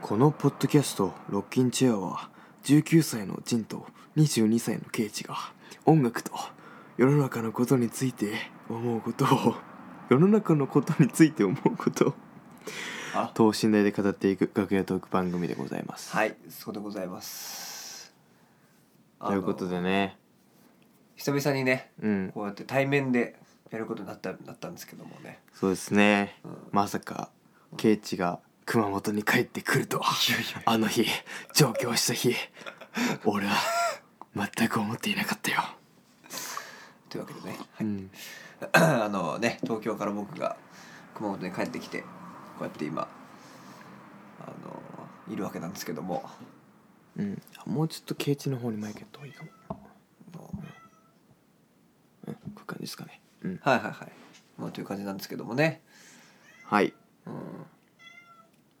このポッドキャスト「ロッキンチェア」は19歳のジンと22歳のケイチが音楽と世の中のことについて思うことを世の中のことについて思うことをあ等身大で語っていく楽屋トーク番組でございます、はいそうでございますあとのいうことでね久々にねうんこうやって対面でやることになったなったんですけどもねそうですね、うんまさかケイチが熊本に帰ってくるとはあの日上京した日俺は全く思っていなかったよ、というわけでねうん あのね東京から僕が熊本に帰ってきてこうやって今あのいるわけなんですけどもうん、あもうちょっとケイチの方にマイクやった方がいいかも、あのうん、こういう感じですかね、うん、はいはいはいまあという感じなんですけどもねはいうん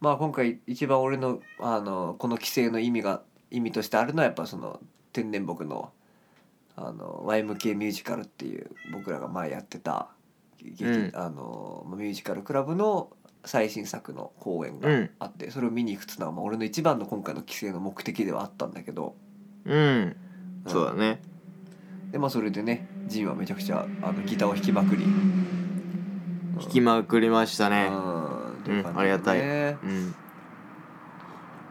まあ今回一番俺のあのこの規制の意味が意味としてあるのはやっぱその天然木のあの YMK ミュージカルっていう僕らが前やってた劇、うんあのミュージカルクラブの最新作の公演がうんあって、それを見に行くっていうのはまあ俺の一番の今回の規制の目的ではあったんだけど、うんうんそうだねでまあそれでねジンはめちゃくちゃあのギターを弾きまくり弾きまくりましたねうんという感うんありがじたでいねうん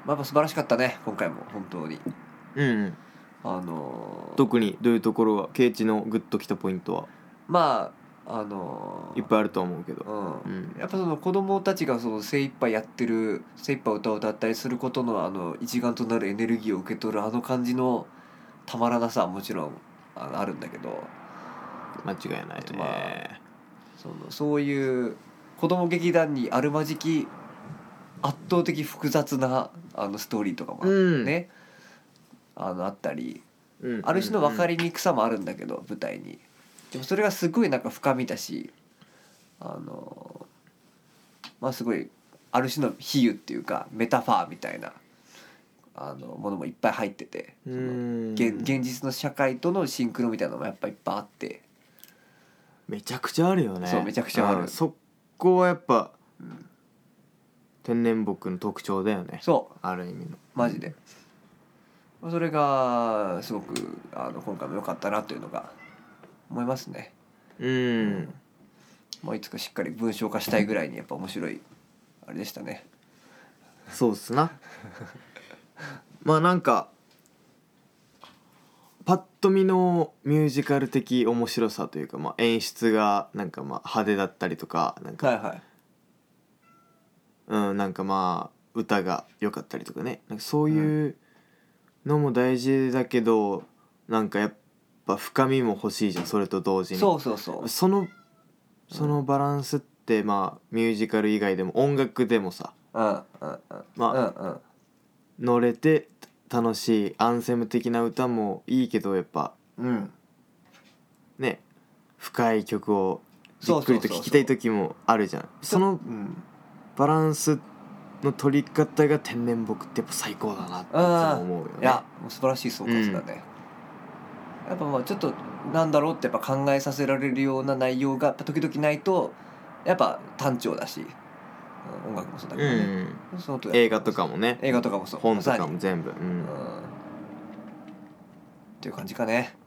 まあやっぱ素晴らしかったね今回も本当にうん、うん、あのー特にどういうところがケイチのグッときたポイントはまああのーいっぱいあると思うけどううんんやっぱその子供たちがその精一杯やってる精一杯歌を歌ったりすることのあの一丸となるエネルギーを受け取るあの感じのたまらなさはもちろんあのあるんだけど間違いないあとまねそのそういう子供劇団にあるまじき圧倒的複雑なあのストーリーとかもあ,、うんね、あのあったりうんある種の分かりにくさもあるんだけど、舞台にでもそれがすごいなんか深みだしあのまあすごいある種の比喩っていうかメタファーみたいなあのものもいっぱい入ってて、うそのん現現実の社会とのシンクロみたいなのもやっぱいっぱいあって、めちゃくちゃあるよねそうめちゃくちゃあるうんそこはやっぱうん天然木の特徴だよねそうある意味のマジで。まあそれがすごくあの今回も良かったなというのが思いますね。うんまあ、いつかしっかり文章化したいぐらいにやっぱ面白いあれでしたね。そうっすな まあなんかパッと見のミュージカル的面白さというか、まあ、演出がなんかまあ派手だったりとかなんか、はいはい。うん、なんかまあ歌が良かったりとかねなんかそういううのも大事だけどなんかやっぱ深みも欲しいじゃんそれと同時にそうそうそうそのそのバランスってまあミュージカル以外でも音楽でもさうんうんうんまあうんうん乗れて楽しいアンセム的な歌もいいけどやっぱうんね深い曲をじっそうそくうりそうとそ聴うきたい時もあるじゃんそのうんバランスの取り方が天然木ってやっぱ最高だなっていつも思うよねいやもう素晴らしい総括だね、やっぱまあちょっとなんだろうってやっぱ考えさせられるような内容がやっぱ時々ないとやっぱ単調だし、うん音楽もそうだけうどね、んその通りだ映画とかもね映画とかもそう本とかまも全部うさにんうんっていう感じかね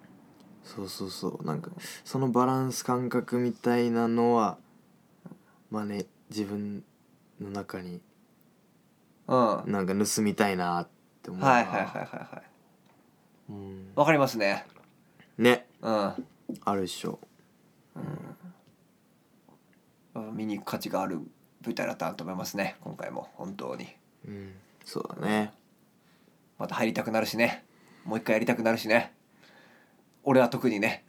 そうそうそうなんかそのバランス感覚みたいなのはまあね自分の中にうんはいなんか盗みたいなって思うなはいはいはいはいうんわかりますねねうんあるでしょうん見に行く価値がある舞台だったなと思いますね今回も本当にうんそうだねまた入りたくなるしねもう一回やりたくなるしね俺は特にね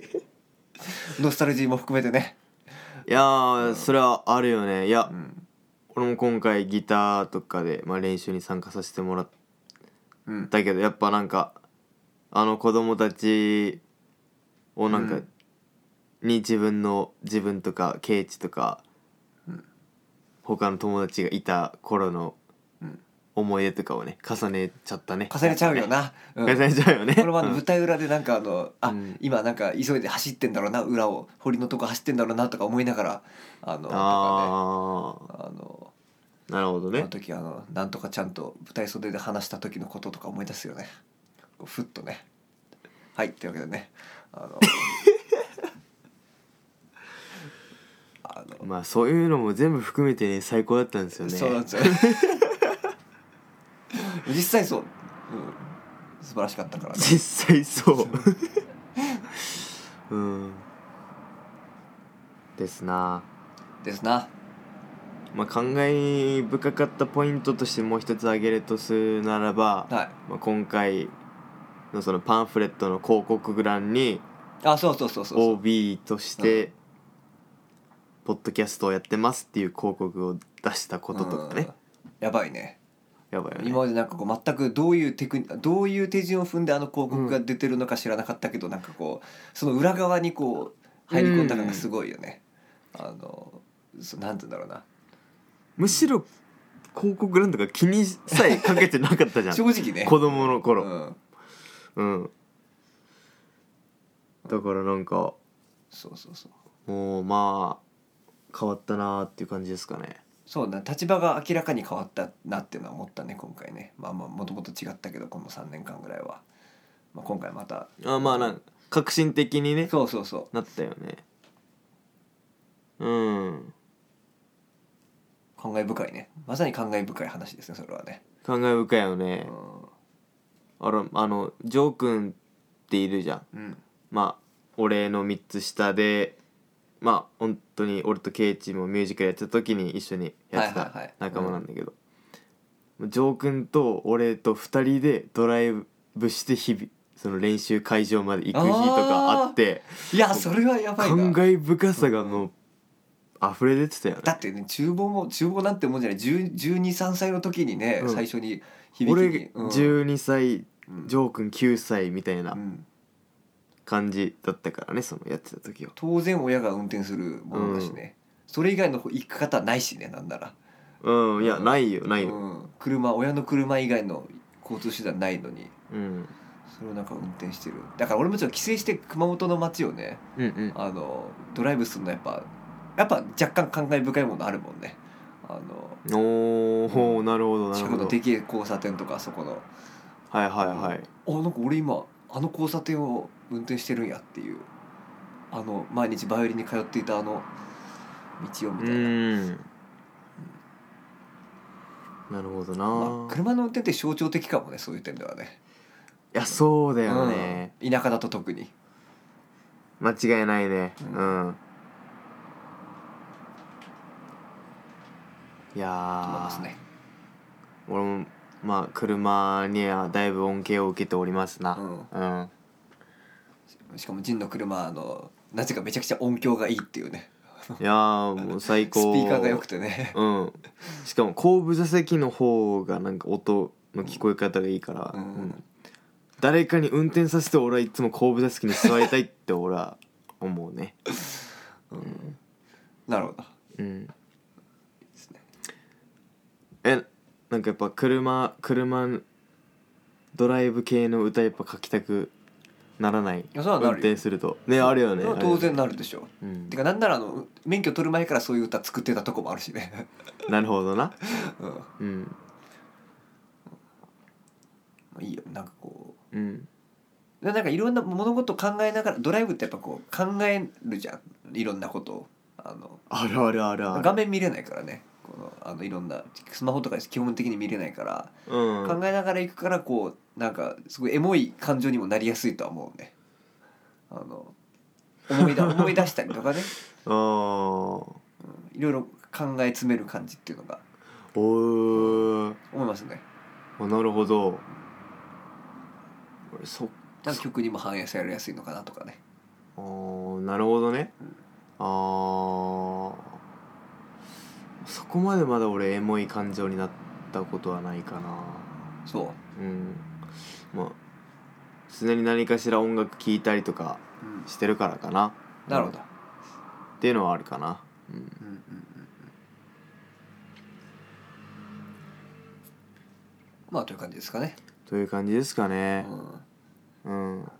ノスタルジーも含めてね、いやーそれはあるよねいやうん俺も今回ギターとかで、まあ、練習に参加させてもらっうん、たけどやっぱなんかあの子供たちをなんか、うんに自分の自分とかケイチとか、うん他の友達がいた頃のうん思い出とかをね重ねちゃったね重ねちゃうよな、うん、重ねちゃうよねこれはあの舞台裏でなんかあのあ、うん今なんか急いで走ってんだろうな裏を堀のとこ走ってんだろうなとか思いながらあのとかねああのなるほどあのね時あのなんとかちゃんと舞台袖で話した時のこととか思い出すよねこうふっとねはいってわけでねあのあのまあそういうのも全部含めてね最高だったんですよねそうなんですよ 実際そう、うん、素晴らしかったからね実際そううんですなですなまあ感慨深かったポイントとしてもう一つ挙げるとするならば、はいまあ、今回のそのパンフレットの広告欄にあそうそうそうそう OB として「ポッドキャストをやってます」っていう広告を出したこととかねうんやばいねやばいよね今までなんかこう全くどういうテクニどういう手順を踏んであの広告が出てるのか知らなかったけど、なんかこうその裏側にこう入り込んだ感がすごいよね。あのそなんて言うんだろうなむしろ広告欄とか気にさえかけてなかったじ ゃん正直ね。子供のう頃、ん、うんだからなんかそうそうそうもうまあ変わったなーっていう感じですかねそうだ立場が明らかに変わったなっていうのは思ったね今回ねまあまあもともと違ったけどこの3年間ぐらいは、まあ、今回またあまあなんか革新的にねそうそうそうなったよねうん感慨深いねまさに感慨深い話ですねそれはね、感慨深いようねんあらあのジョー君っているじゃんうん、まあ俺の3つ下でまあ本当に俺とケイチもミュージカルやってた時に一緒にやってはいはいはたい仲間なんだけど、ジョー君と俺と2人でドライブして日々その練習会場まで行く日とかあっていやそれはやばいな感慨深さがもう溢れ出てたよだねってね厨房も厨房なんてもんじゃない1 2 3歳の時にね、うん最初に響俺きに、うん12歳うんジョー君9歳みたいなうん感じだったからねそのやってた時は当然親が運転するものだしね、それ以外の行き方ないしねなんなら、うんいやないよないようん、車親の車以外の交通手段ないのにうんそれをなんか運転してるだから俺もちょっと帰省して熊本の街をねうんうんあのドライブするのやっぱやっぱ若干感慨深いものあるもんねあのおー、なるほどなる近ほくのどでけえ交差点とかあそこのはいはいはいあなんか俺今あの交差点を運転してるんやっていうあの毎日バイオリンに通っていたあの道をうみたいな、ーんなるほどな、まあ、い車の運転って象徴的かもねそういう点ではねやそうだよね、うん、田舎だと特に間違いないねう、うんいや思いーますね、俺もまあ車にはだいぶ恩恵を受けておりますなううん、ん、しかもジンの車あのなぜかめちゃくちゃ音響がいいっていうねいやーもう最スピ高ーカーが良くてね、うんしかも後部座席の方がなんか音の聞こえ方がいいから、う んうん誰かに運転させて俺はいつも後部座席に座りたいって俺は思うねうん、なるほどうんですねえなんかやっぱ車車ドライブ系の歌やっぱ書きたくならないやそれはな運るよ転するとねあるよねそれは当然なるでしょう、あるよね、てかなんならあの免許取る前からそういう歌作ってたとこもあるしね、う ん、なるほどなうんうんまあ、いいよなんかこうんうでなんかいろんな物事を考えながらドライブってやっぱこう考えるじゃんいろんなことをあのあるあるあるある画面見れないからねこのあのいろんなスマホとか基本的に見れないから、うん考えながら行くからこうなんかすごいエモい感情にもなりやすいとは思うねあの 思いだ思い出したりとかね、あーうんいろいろ考え詰める感じっていうのがおー思いますねあなるほど俺そっなんか曲にも反映されやすいのかなとかねあーなるほどねうんあーそこまでまだ俺エモい感情になったことはないかなそう、うんまあ常に何かしら音楽聴いたりとかうん、してるからかななるほど、っていうのはあるかなうんうんうんうんまあという感じですかね。という感じですかうねん、うん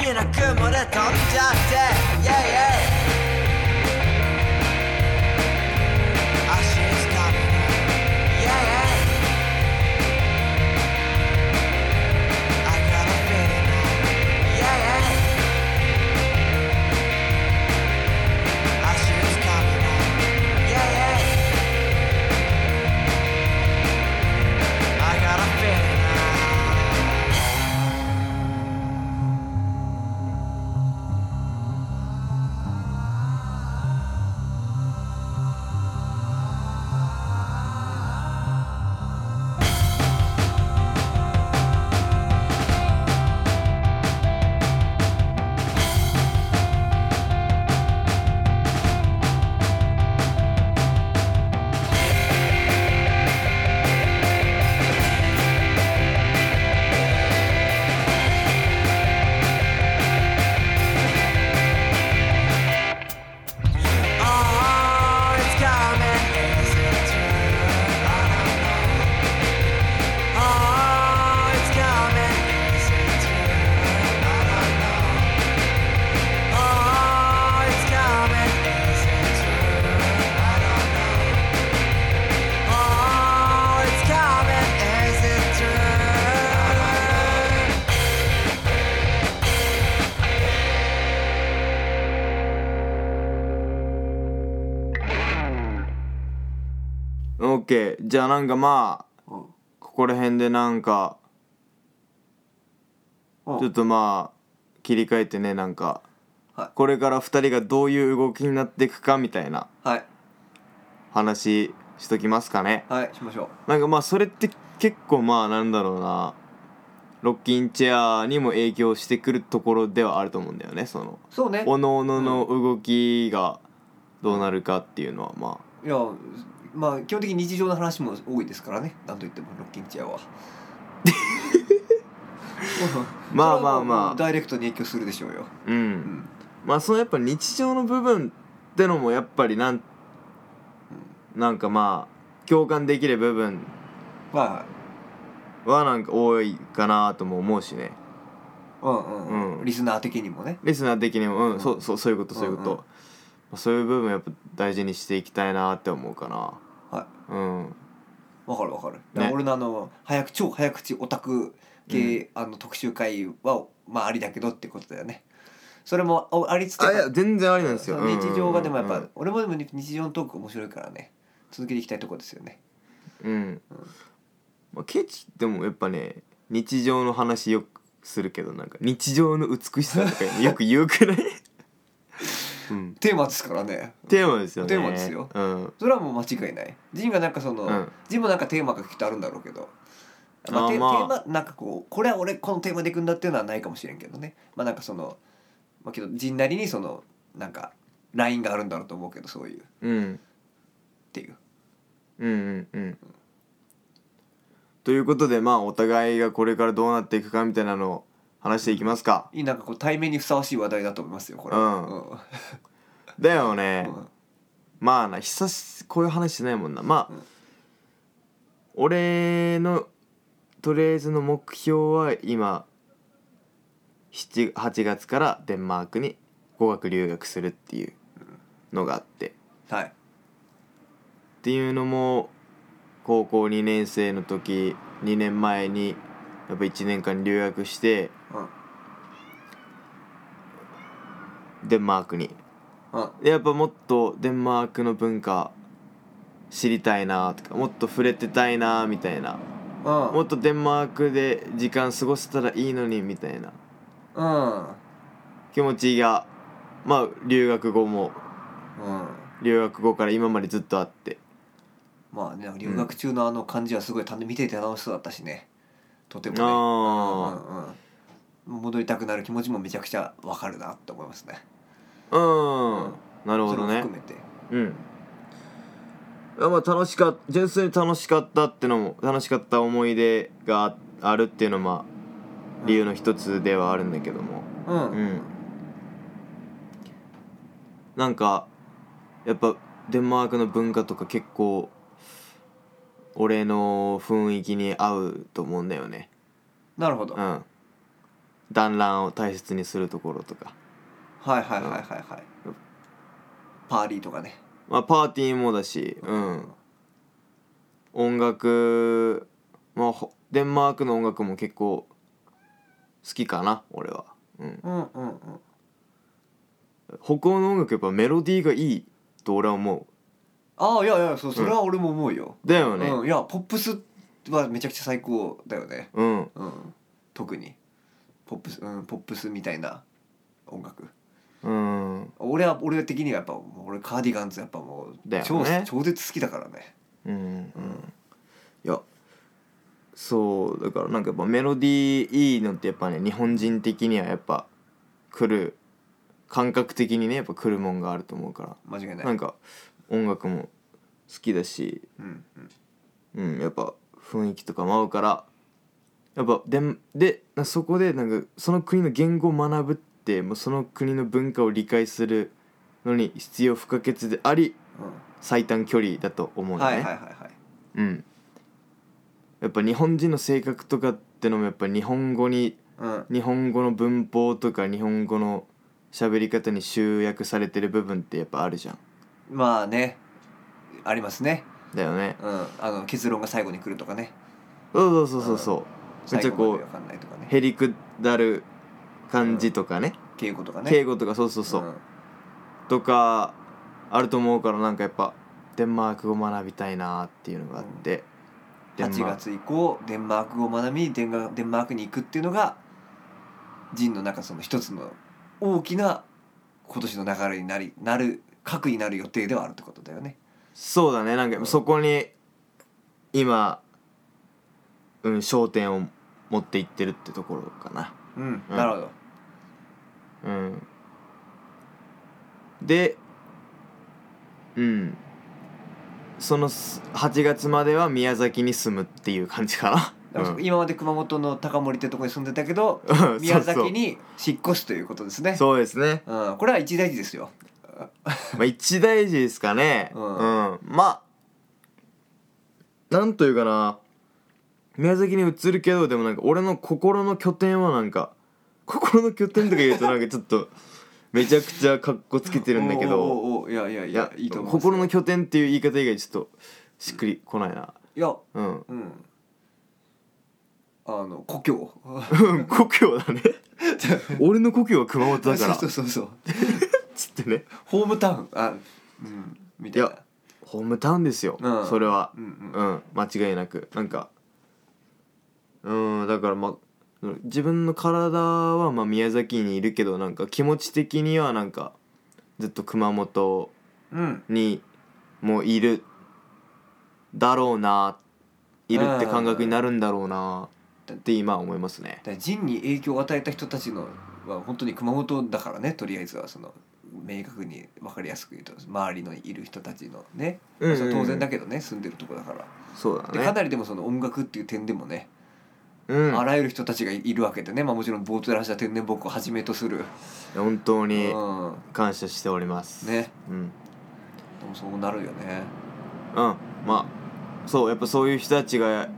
じゃなくてイエイイエイイエイオッケーじゃあなんかまあうんここら辺でなんかうんちょっとまあ切り替えてねなんかはこれから2人がどういう動きになっていくかみたいないはい話しときますかねはいしましょうなんかまあそれって結構まあなんだろうなロッキンチェアにも影響してくるところではあると思うんだよねそのそうねおのおのの動きがどうなるかっていうのはまいやまあ基本的に日常の話も多いですからねなんといってもロッキンチェアは まあまあまあそれ はもうダイレクトに影響するでしょうよ、あううんん、まあそのやっぱ日常の部分ってのもやっぱりなんなんかまあ共感できる部分まあはなんか多いかなとも思うしねうんうん、ううんん、リスナー的にもねリスナー的にもうん、うんそうそうそういうことそういうこと、うんうんまあそういう部分やっぱ大事にしていきたいなって思うかなはうんわかるわかる、だから俺のあの早く超早口オタク系、あの特集会はまあありだけどってことだよねそれもあありつつあいや全然ありなんですそよの日常がでもやっぱ、うん俺もでも日常のトーク面白いからね続けていきたいとこですよねうん、まあ、ケチでもやっぱね日常の話よくするけどなんか日常の美しさと かよく言うくらい、うん、テーマですからねテーマですよねテーマですようんそれはもう間違いないジンがなんかその、うんジンもなんかテーマがきっとあるんだろうけど、まあ、あーテまあテーマなんかこうこれは俺このテーマでいくんだっていうのはないかもしれんけどねまあなんかそのまあけどジンなりにそのなんかラインがあるんだろうと思うけどそういうっうんていううんうんうんということでまあお互いがこれからどうなっていくかみたいなのを話していきますかいいなんかこう対面にふさわしい話題だと思いますよこれは、うんだよね、うんまあな久しこういう話しないもんなまあ、うん俺のとりあえずの目標は今7 8月からデンマークに語学留学するっていうのがあってっはいていうのも高校2年生の時2年前にやっぱ1年間留学してうんデンマークにうんでやっぱもっとデンマークの文化知りたいなとかもっと触れてたいなみたいなうんもっとデンマークで時間過ごせたらいいのにみたいなうん気持ちがまあ留学後もうん留学後から今までずっとあってまあねなんか留学中のあの感じはすごいた見ていて楽しそうだったしねとてもねあうんうんうん、戻りたくなる気持ちもめちゃくちゃわかるなって思いますね。あうん、なるほどねそれも含めて、うんあまあ楽しかっ純粋に楽しかったってのも楽しかった思い出がああるっていうのもまあ理由の一つではあるんだけどもうんう、んなんかやっぱデンマークの文化とか結構俺の雰囲気に合うと思うんだよねなるほど。うん団らんを大切にするところとかはいはいはいはいはい、うんパーリーとかねまあ、パーティーもだし、うん、音楽、まあ、ほデンマークの音楽も結構好きかな俺は、うん、うんうんうん北欧の音楽やっぱメロディーがいいと俺は思ああいやいやそうそれは俺も思うよ、うだようんねいやポップスはめちゃくちゃ最高だよねうん、うん特にポップス、うん、ポップスみたいな音楽うん俺は俺的にはやっぱもう俺カーディガンズやっぱもうだよ超ね超絶好きだからねうんうんいやそうだからなんかやっぱメロディーいいのってやっぱね日本人的にはやっぱ来る感覚的にねやっぱ来るもんがあると思うか間違いならいなんか音楽も好きだし、うんうん、うん、やっぱ雰囲気とかも合うからやっぱでんでなそこでなんかその国の言語を学ぶってもうその国の文化を理解するのに必要不可欠であり最短距離だと思うんんう、だはね。いはいはいはいうん、やっぱ日本人の性格とかってのもやっぱ日本語にうん日本語の文法とか日本語の喋り方に集約されてる部分ってやっぱあるじゃんまあねありますね、だよねうん、あの結論が最後に来るとかねそうそうそうそうそうめっち最ゃこ後までう分かんないとかねへりくだる感じとかね、敬語とかね敬語とかそうそうそう、んとかあると思うからなんかやっぱデンマーク語学びたいなっていうのがあって、デン8マーク月以降デンマーク語を学びデンガデンマークに行くっていうのが人の中その一つの大きな今年の流れになりなる核になる予定ではあるってことだよね。そうだねなんうかんそこに今うん焦点を持っていってるってところかなうん、うんなるほど。うんでうんそのす8月までは宮崎に住むっていう感じかだな、からうん今まで熊本の高森ってとこに住んでたけど そう宮崎に引っ越すということですね。そうですね、うん、これは一大事ですよ。まあ、一大事ですかねうんうん、まあなんというかな宮崎に移るけどでもなんか俺の心の拠点はなんか心の拠点とか言うとなんかちょっとめちゃくちゃかっこつけてるんだけおうどおうおういやいやいいややいいと思う。心の拠点っていう言い方以外ちょっとしっくりこないないやうんうん。あの 故郷。うん故郷だ ね俺の故郷は熊本だからそうそうそうそう。つってねホームタウンあうんみたいいなやホームタウンですよ、うんそれはうんうんうん間違いなくなんかうんだからまあ自分の体はまあ宮崎にいるけどなんか気持ち的にはなんかずっと熊本うんにもいるだろうないるって感覚になるんだろうなって今思いますねだから人に影響を与えた人たちのは本当に熊本だからねとりあえずはその明確に分かりやすく言うと周りのいる人たちのね、うんうんうんそれは当然だけどね住んでるとこだから、そうだでかねなりでもその音楽っていう点でもね、うんあらゆる人たちがいるわけでね、まあ、もちろん冒頭で話した天然僕をはじめとする、本当うん、にでも感謝しておりますねうんそうなるよねうんまあそうやっぱそういう人たちが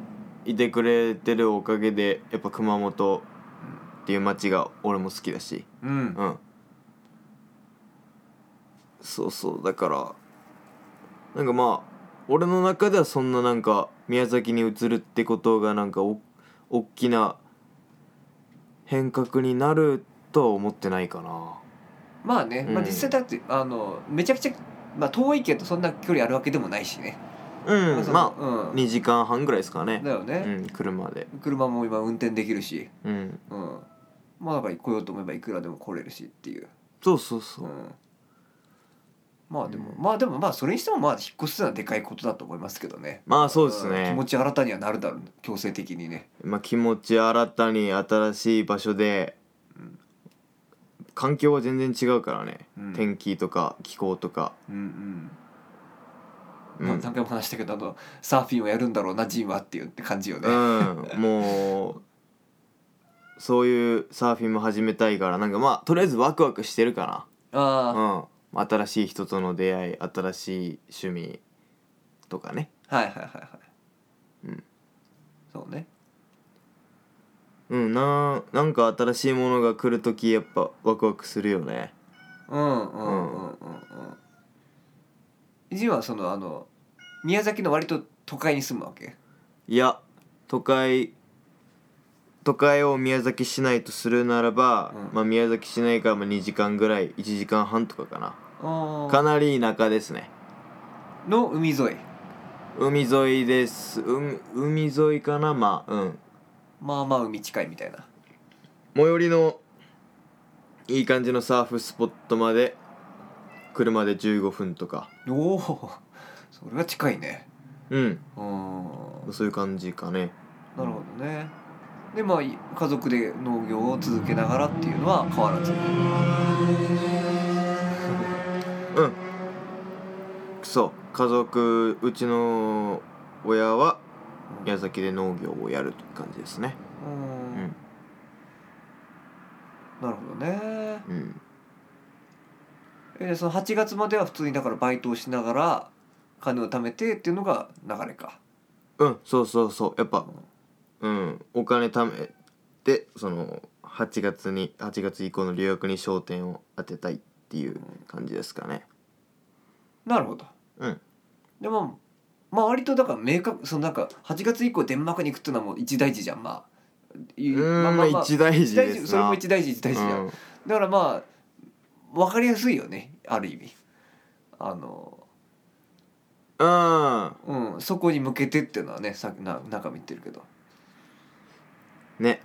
いてくれてるおかげでやっぱ熊本っていう街が俺も好きだしうん、うんそうそうだからなんかまあ俺の中ではそんななんか宮崎に移るってことがなんかお大きな変革になるとは思ってないかなまあね、まあ、うん実際だってあのめちゃくちゃ、まあ、遠いけどそんな距離あるわけでもないしね、うんそのまあうん、 2時間半ぐらいですかねだようね、ん車で車も今運転できるし、うんうん、まあだから来ようと思えばいくらでも来れるしっていう、、そうそうそううんまあでも、うんまあでもまあそれにしてもまあ引っ越すのはでかいことだと思いますけどねまあそうですね、ん気持ち新たにはなるだろう強制的にねまあ、気持ち新たに新しい場所で、環境は全然違うからね、うん天気とか気候とか、うんう、うんんまあ、何回も話したけどあのサーフィンをやるんだろうなジンはっていうって感じよね、うん、もうそういうサーフィンも始めたいからなんかまあとりあえずワクワクしてるかあな、あ、うん、新しい人との出会い新しい趣味とかねはいはいはいはい、うん、そうねうんなんなんか新しいものが来る時やっぱワクワクするよねうんうんうんうんうんジンはそのあの宮崎の割と都会に住むわけいや都会都会を宮崎市内とするならば、うんまあ、宮崎市内からまあ2時間ぐらい1時間半とかかな、かあなり田舎ですねの海沿い海沿いです海海沿いかなまあうんまあまあ海近いみたいな最寄りのいい感じのサーフスポットまで車で15分とかおおそれは近いねうんうんそういう感じかねなるほどねでまあい家族で農業を続けながらっていうのは変わらずうんそう家族うちの親は宮崎で農業をやるという感じですねうんうんなるほどねうんえでその8月までは普通にだからバイトをしながら金を貯めてっていうのが流れかうんそうそうそうやっぱうんうんお金貯めてその8月に8月以降の留学に焦点を当てたいっていう感じですかねなるほどうんでもまあ割とだから明確そのなんか8月以降デンマークに行くっていうのはもう一大事じゃんまあいうーん、まあまあまあ一大事一です大事なそれも一大事一大事じゃん、うんだからまあ分かりやすいよねある意味あのうんうんそこに向けてっていうのはねさな中見てるけどね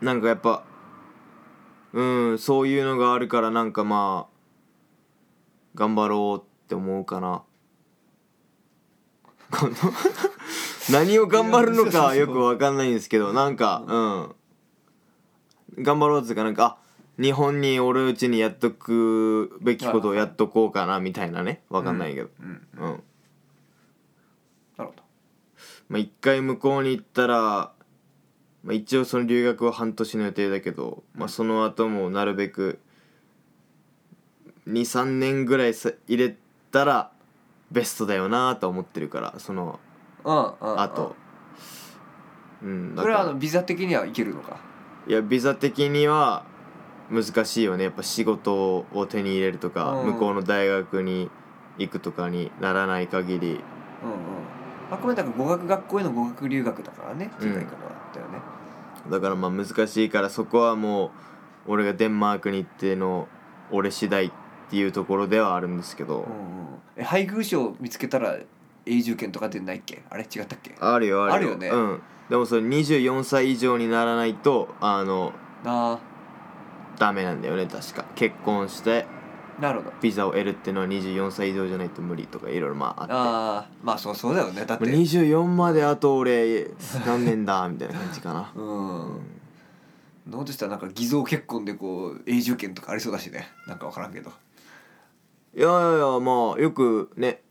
なんかやっぱうんそういうのがあるからなんかまあ頑張ろうって思うかな この何を頑張るのかはよくわかんないんですけどなんかうん頑張ろうっていうかなんかあ日本におるうちにやっとくべきことをやっとこうかなみたいなねわかんないけどうんうんなるほどまあ、一回向こうに行ったら、まあ、一応その留学は半年の予定だけど、まあ、その後もなるべく23年ぐらいさ入れたらベストだよなとは思ってるからそのうんうんうんあとうんだそかれはあらのビザ的にはいけるのかいやビザ的には難しいよねやっぱ仕事を手に入れるとか、うん向こうの大学に行くとかにならない限りうんうんあくまでだから語学学校への語学留学だからね世界からだったよね、だからまあ難しいからそこはもう俺がデンマークに行っての俺次第っていうところではあるんですけど、うんうんえ配偶者を見つけたら永住権とか出ないっけあれ違ったっけあるよあるあるよねうん、でもそれ24歳以上にならないとあのなあダメなんだよね確か結婚してなるほどビザを得るっていうのは24歳以上じゃないと無理とかいろいろまああってああまあそうそうだよねだってまあ24まであと俺何年だみたいな感じか なうんのとしたらなんか偽造結婚でこう永住権とかありそうだしねなんか分からんけどいやいやいやまあよくね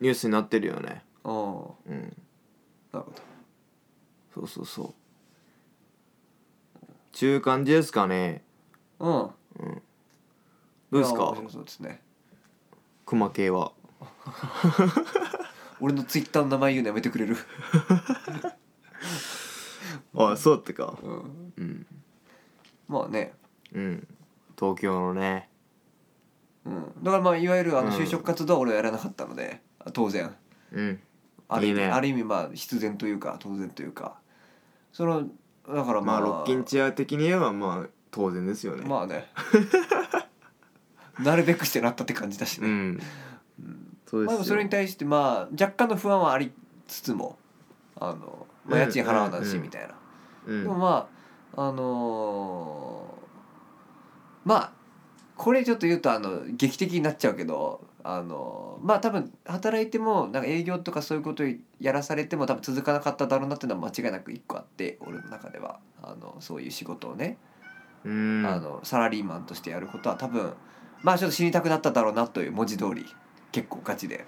ニュースになってるよねうんうんなるほそうそうそうちゅう感じですかねどうんどうですいやか面白そうですね熊系は俺のツイッターの名前言うのやめてくれる あそうだってかうんうん、まあねうん、東京のねうん、だからまあいわゆるあのうん就職活動は俺はやらなかったので、当然うんある意味いいねある意味まあ必然というか当然というかそのだかまらまああロッキンチェア的に言えばまあ当然ですよね、まあね なるべくしてなったって感じだしうね、んそうまあ、ででもすそよれに対してまあ若干の不安はありつつもあの、まあ、うん家賃払わないしうんみたいな、うでもんまああのーまあこれちょっと言うとあの劇的になっちゃうけどあのーまあ多分働いてもなんか営業とかそういうことやらされても多分続かなかっただろうなっていうのは間違いなく一個あって俺の中ではあのそういう仕事をね、うんあのサラリーマンとしてやることは多分まあちょっと死にたくなっただろうなという文字通り結構ガチで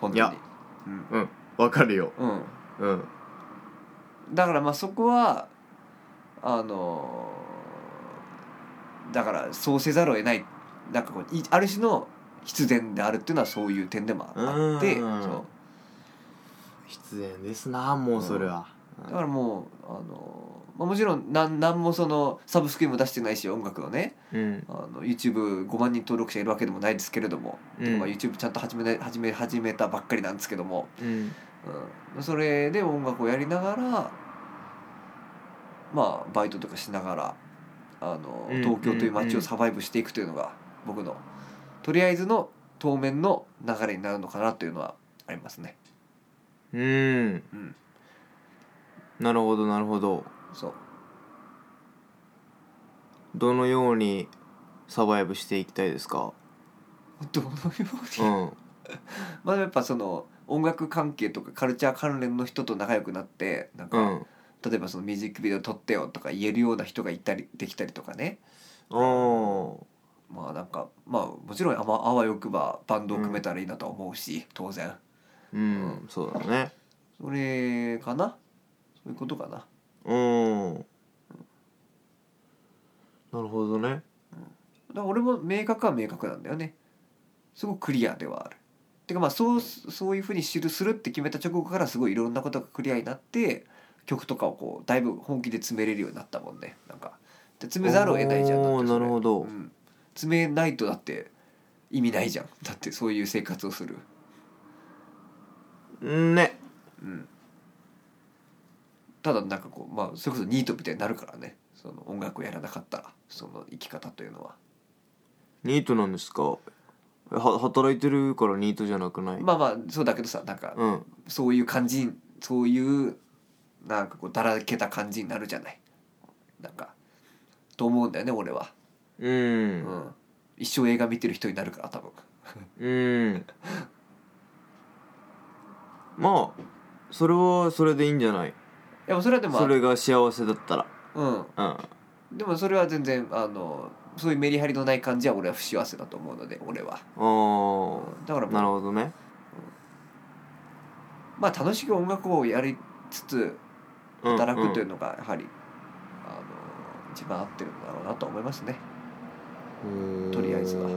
本い当やに。うんうんわかるようんうんだからまあそこはあのーだからそうせざるを得ないなんかこういある種の必然であるっていうのはそういう点でもあってうんそ必然ですなもうそれは、うんだからもうあの、まあ、もちろんなんなんもそのサブスクにも出してないし音楽のねうんあの YouTube5 万人登録者いるわけでもないですけれども、うんまあ、YouTube ちゃんと始め始め始めたばっかりなんですけども、うんうん、それで音楽をやりながらまあバイトとかしながらあのうん東京というう街んうをんサバイブしていくというのが僕のとりあえずの当面の流れになるのかなというのはありますね。うんうん、なるほどなるほどそうどのようにサバイブしていきたいです かどのよううに、んまあやっぱその音楽関係とかカルチャー関連の人と仲良くなってなんか、うん例えばそのミュージックビデオ撮ってよとか言えるような人がいたりできたりとかねおーまあなんかまあもちろんあ,、まあわよくばバンドを組めたらいいなとは思うし、当然うんそうだねそれかなそういうことかなうんなるほどねだから俺も明確は明確なんだよねすごくクリアではあるてかまあそうそういうふうにするするって決めた直後からすごいいろんなことがクリアになって曲とかをこうだいぶ本気で詰めれるようになったもんねなんかで詰めざるを得ないじゃんおーだってそれなるほどうん、詰めないとだって意味ないじゃんだってそういう生活をするねうんただなんかこうまあそれこそニートみたいになるからねその音楽をやらなかったらその生き方というのはニートなんですかえは働いてるからニートじゃなくない、まあまあそうだけどさなんかうんそういう感じにそういうなんかこうだらけた感じになるじゃないなんかと思うんだよね俺は、ううんん一生映画見てる人になるから多分うんまあそれはそれでいいんじゃないでもそれはでもそれが幸せだったらうんうんでもそれは全然あのそういうメリハリのない感じは俺は不幸せだと思うので俺は、うあんだかあなるらまあほどねまあ楽しく音楽をやりつつうん働くといううのがやはり、あの一番合ってるんだろうなと思いますねんとりあえずは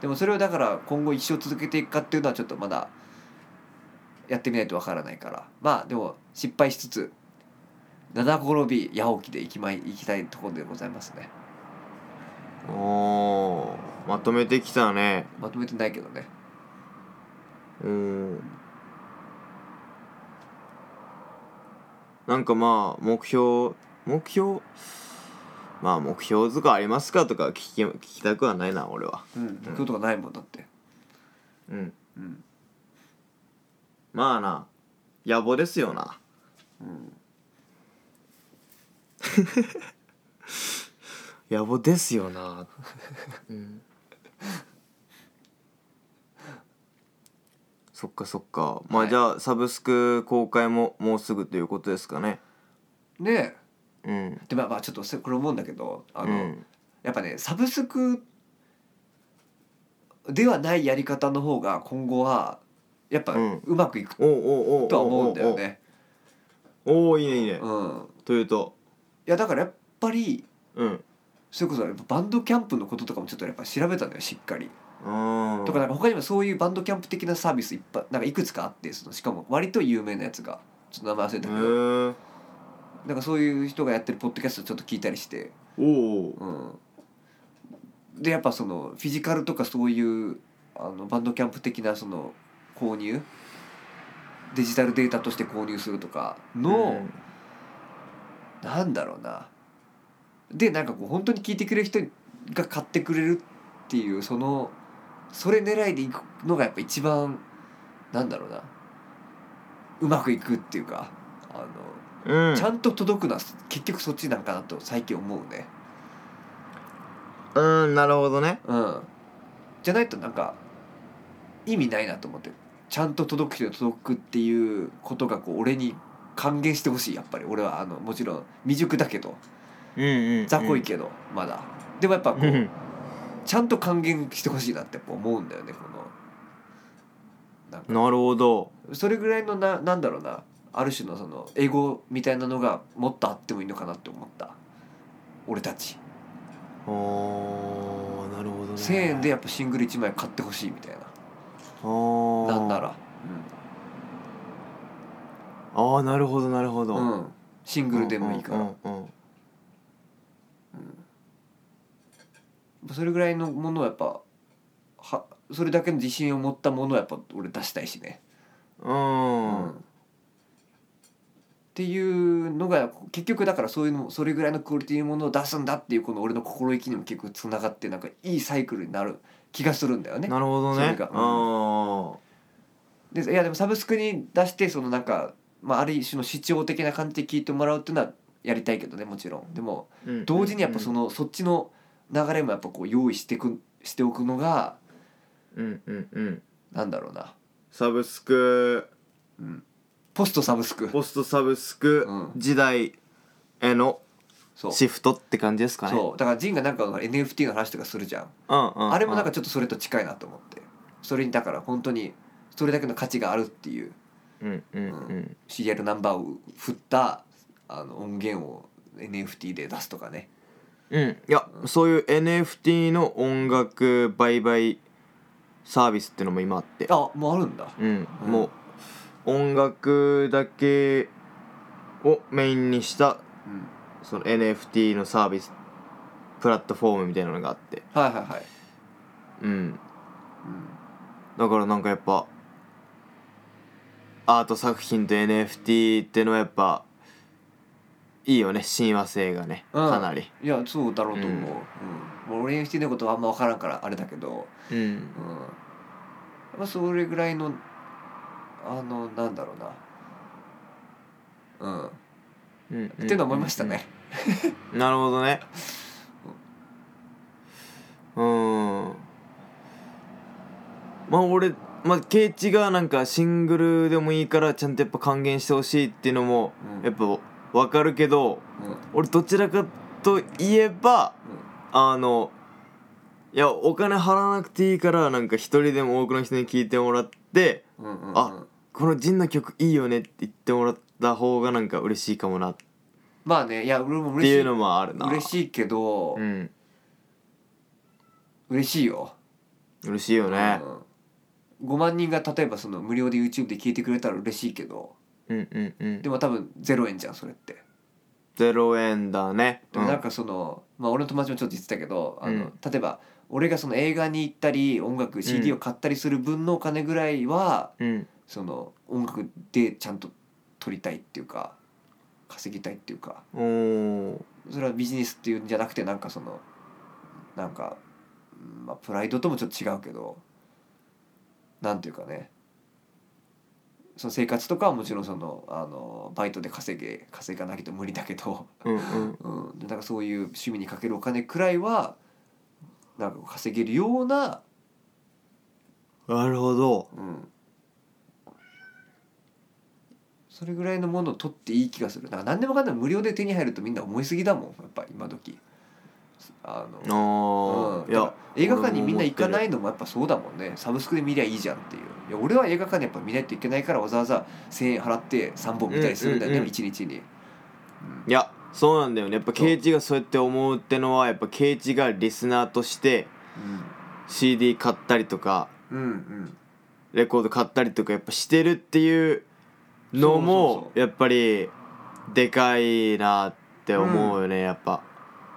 でもそれをだから今後一生続けていくかっていうのはちょっとまだやってみないとわからないからまあでも失敗しつつ七転び八起きで行きまい行きたいところでございますねおーまとめてきたねまとめてないけどねうんなんかまあ目標目標まあ目標とかありますかとか聞き聞きたくはないな俺はうん行くとかないもんだってうんうんまあな野暮ですよなうん 野暮ですよな、うん、そっかそっかまあ、はいじゃあサブスク公開ももうすぐということですかねねうんえでもまあちょっとそれこれ思うんだけどあうの、んやっぱねサブスクではないやり方の方が今後はやっぱうんうまくいくおうおうおうおうおうとは思うんだよね。おおいいねいいね、うん、というといやだからやっぱりうんそれこそやっぱバンドキャンプのこととかもちょっとやっぱ調べたのよしっかり。あーとかなんか他にもそういうバンドキャンプ的なサービスいっぱいなんかいくつかあってそのしかも割と有名なやつがちょっと名前忘れたへけどーなんかそういう人がやってるポッドキャストちょっと聞いたりして。おううん、でやっぱそのフィジカルとかそういうあのバンドキャンプ的なその購入デジタルデータとして購入するとかの、なんだろうなでなんかこう本当に聞いてくれる人が買ってくれるっていうそのそれ狙いでいくのがやっぱ一番なんだろうなうまくいくっていうかあの、うん、うん、ちゃんと届くのは結局そっちなんかなと最近思うね。うんなるほどねうん、じゃないとなんか意味ないなと思ってちゃんと届く人に届くっていうことがこう俺に還元してほしいやっぱり俺はあのもちろん未熟だけどうんうん雑魚いけど、まだでもやっぱこううんちゃんと還元してほしいなってやっぱ思うんだよねこのなんかなるほどそれぐらいのななんだろうなある種のそのエゴみたいなのがもっとあってもいいのかなって思った俺たちあーなるほどね1,000円でやっぱシングル1枚買ってほしいみたいなあーなんなら、ああなるほどなるほど、うん、シングルでもいいから、うんうんうんそれぐらいのものをやっぱはそれだけの自信を持ったものをやっぱ俺出したいしね、うんうんっていうのが結局だからそういうのそれぐらいのクオリティのものを出すんだっていうこの俺の心意気にも結構つながってなんかいいサイクルになる気がするんだよね。なるほどそれねがうんあでいやでもサブスクに出してそのなんか、まあ、ある種の視聴的な感じで聞いてもらうっていうのはやりたいけどねもちろん。でもーうん同時にやっぱそののそっちの流れもやっぱこう用意してくしておくのがうんうんうんなんだろうな、サブスクうん、ポストサブスクポストサブスクうん時代へのそうシフトって感じですかねそうだからジンがなんか NFT の話とかするじゃんうんうんうんあれもなんかちょっとそれと近いなと思ってそれにだから本当にそれだけの価値があるっていううんうんううん CL ナンバーを振ったあの音源を NFT で出すとかねうんいやそういう NFT の音楽売買サービスってのも今あってあもうあるんだうん、うんもう音楽だけをメインにしたうんその NFT のサービスプラットフォームみたいなのがあってはいはいはい、うんうん、だからなんかやっぱアート作品と NFT ってのはやっぱいいよね親和性がねうんかなりいやそうだろうと思う,、うんうんもう俺 NFT のことはあんま分からんからあれだけど、うんうん、やっぱそれぐらいのあのなんだろうなうんうんっていうのは思いましたね、なるほどねうんまあ俺まあケイチがなんかシングルでもいいからちゃんとやっぱ還元してほしいっていうのもうんやっぱ分かるけどうん俺どちらかといえばうんあのいやお金払わなくていいからなんか一人でも多くの人に聞いてもらってうんうんうんあこのジンの曲いいよねって言ってもらった方がなんか嬉しいかもなっまあねいや俺もて嬉いしいうのもあるな嬉しいけど、うん嬉しいよ、嬉しいよねうん、5万人が例えばその無料で YouTube で聞いてくれたら嬉しいけどうんうんうんでも多分0円じゃんそれってゼロ円だねでもなんかその、まあ俺の友達もちょっと言ってたけどあの、うん例えば俺がその映画に行ったり音楽 CD を買ったりする分のお金ぐらいは、うんその音楽でちゃんと取りたいっていうか稼ぎたいっていうかおーそれはビジネスっていうんじゃなくてなんかそのなんか、うんまあ、プライドともちょっと違うけどなんていうかねその生活とかはもちろんそのあのバイトで稼げ稼がなきゃ無理だけど、 うんうんうん、でなんかそういう趣味にかけるお金くらいはなんか稼げるような、なるほどうん、それぐらいのものを取っていい気がするなんか何でもかんでも無料で手に入るとみんな思いすぎだもんやっぱ今時あのあーうん、いだかやら映画館にみんな行かな俺いのもやっぱそうだもんねサブスクで見りゃいいじゃんっていういや俺は映画館にやっぱ見ないといけないからわざわざ1,000円払って3本見たりするんだよね、うんうんうん一日に、いやそうなんだよねやっぱケイチがそうやって思うってのはやっぱケイチがリスナーとしてう CD 買ったりとかん、うんうんレコード買ったりとかやっぱしてるっていうのそうそうもそうやっぱりでかいなって思うよね、やっぱ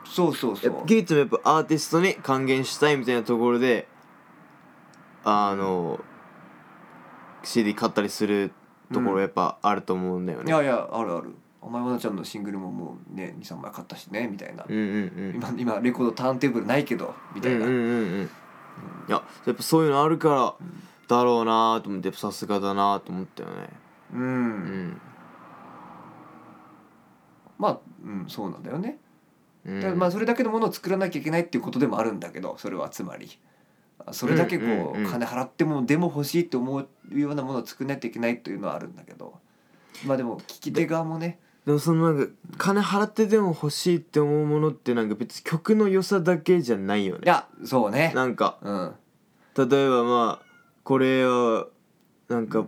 そうそうそやっうぱゲイツもやっぱアーティストに還元したいみたいなところであの CD 買ったりするとこうんろやっぱあると思うんだよいね、やいやあるあるお前愛菜ちゃんのシングルももうね23枚買ったしねみたいな、うん、うんうん今今レコードターンテーブルないけどみたいな、うんうんうんうんいややっぱそういうのあるからだろうなと思ってやっぱさすがだなと思ったよねうんうんまあ、うん、そうなんだよね、うんだからまあそれだけのものを作らなきゃいけないっていうことでもあるんだけどそれはつまりあそれだけこうう,、んうんうん金払ってもでも欲しいと思うようなものを作らないといけないというのはあるんだけどまあでも聞き手側もねでもそのなんか金払ってでも欲しいって思うものってなんか別に曲の良さだけじゃないよいねやそうねなんかうん例えばまあこれはなんか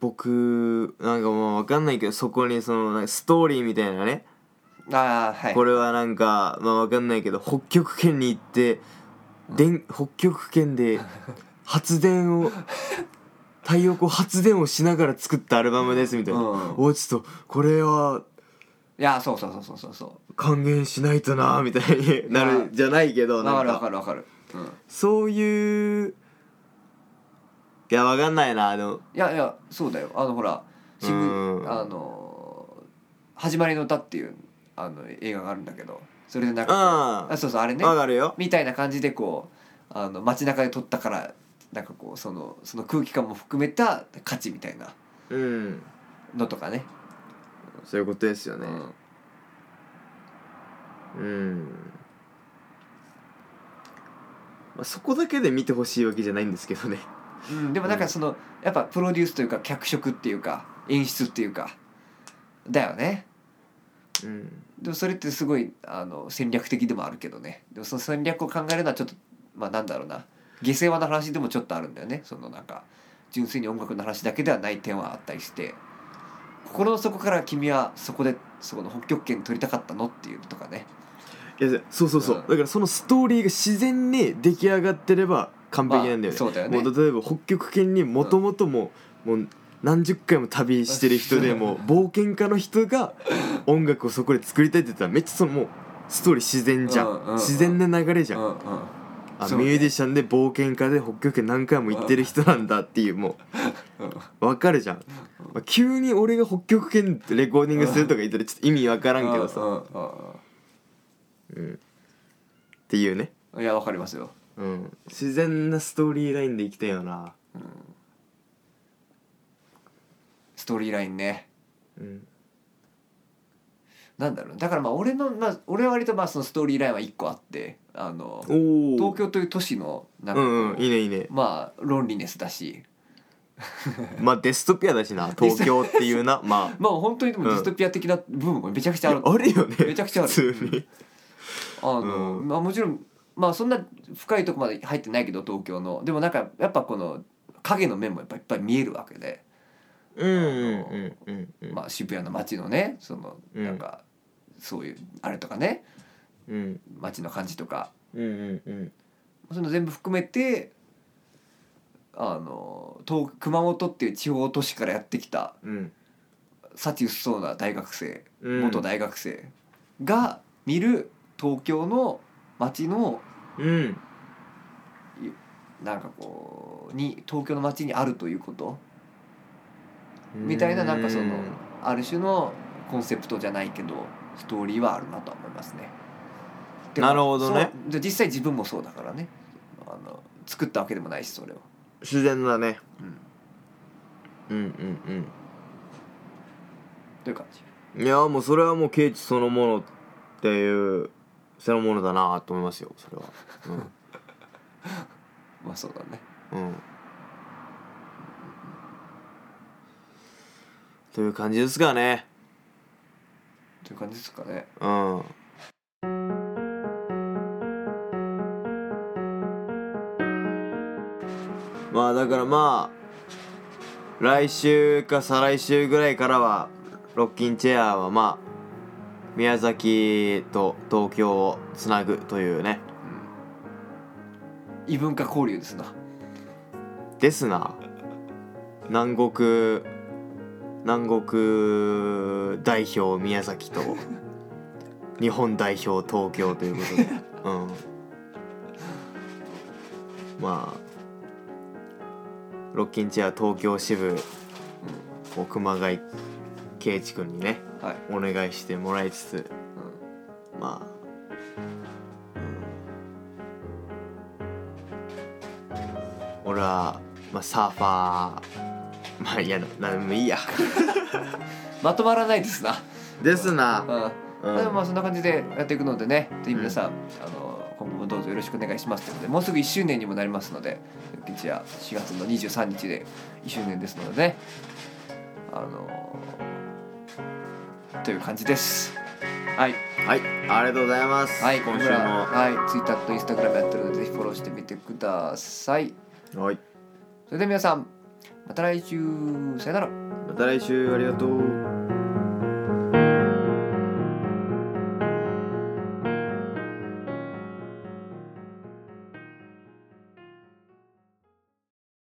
僕なんかまあわかんないけどそこにそのなんかストーリーみたいなねああはいこれはなんかまあわかんないけど北極圏に行って電北極圏で発電を太陽光発電をしながら作ったアルバムですみたいな、うんおちょっとこれはいやそうそうそうそうそうそ還元しないとなみたいになるじゃないけどうなわんかるわかかるわかる、うん、いそういういやわかんないなでもやいやそうだよあのほらシうんあの「始まりの歌」っていうあの映画があるんだけどそれでなんうんかこうあわそうそうあれねかるよみたいな感じでこうあの街中で撮ったからなんかこうそのその空気感も含めた価値みたいなうんのとかね。そういうことですよねうんうん、まあ、そこだけで見てほしいわけじゃないんですけどねうん、でもなんかその、やっぱプロデュースというか脚色っていうか演出っていうかだよね。うんでもそれってすごいあの戦略的でもあるけどねでもその戦略を考えるのはちょっとまあなんだろうな下世話な話でもちょっとあるんだよねそのなんか純粋に音楽の話だけではない点はあったりして心の底から君はそこでそこの北極圏取りたかったのっていうとかねいやそうそうそう、うんだからそのストーリーが自然に出来上がってれば完璧なんだよね,、まあそうだよねもう例えば北極圏にもともともう,、もう何十回も旅してる人でもう冒険家の人が音楽をそこで作りたいって言ったらめっちゃそのもうストーリー自然じゃん,、うんうんうん自然な流れじゃん、うんうんあそうミねュージシャンで冒険家で北極圏何回も行ってる人なんだっていうもうんうわかるじゃん、まあ急に俺が北極圏でレコーディングするとか言ったらちょっと意味わからんけどさ、うんうんうん、っていうねうんいやわかりますようん、自然なストーリーラインで行きたいよな、ストーリーラインねうん、なんだろうだからまあ俺の、まあ、俺は割とまあそのストーリーラインは一個あってあのおお東京という都市のなんうかこうんうんいいねいいねまあロンリネスだしまあデストピアだし な東京っていうなままあ本当にでもディストピア的な部分もめちゃくちあゃあいるや、あるよねめちゃくちゃある普通にあの、うまあもちろんまあそんな深いとこまで入ってないけど東京のでもなんかやっぱこの影の面もやっぱいっぱい見えるわけで、うんうんうんうんうん、まあ、渋谷の街のねそのうんなんかそういうあれとかねうん街の感じとかうんうんうんそういうの全部含めてあの東熊本っていう地方都市からやってきたうん幸薄そうな大学生うん元大学生が見る東京の街のうんなんかこうに東京の街にあるということみたいななんかそのある種のコンセプトじゃないけどストーリーはあるなとは思いますね。でもなるほどねそうで実際自分もそうだからねあの作ったわけでもないしそれを。自然だねうん、うんうんという感じ。うんいやもうそれはもうケイチそのものっていうそのものだなと思いますよそれはまあそうだね。うん、うん、という感じですかねという感じですかね。うんまあだからまあ来週か再来週ぐらいからはロッキンチェアはまあ宮崎と東京をつなぐというね異文化交流ですな。ですな南国南国代表宮崎と日本代表東京ということで、うん、まあロッキンチェア東京支部を熊谷圭一君にねはい。お願いしてもらいつつうんまあ、うん、俺は、まあ、サーファーまあいやななんでもいいや まとまらないですな。ですな、まあ、うんでもまあそんな感じでやっていくのでね、ぜひ皆さん、あの今後もどうぞよろしくお願いしますということで、もうすぐ1周年にもなりますので、ピッチは4月の23日で1周年ですのでね、あのという感じです。はい、はいありがとうございます、はい、今週僕もらはい、ツイッターとインスタグラムやってるので、ぜひフォローしてみてください。はいそれでは皆さん、また来週、さよなら。また来週ありがとう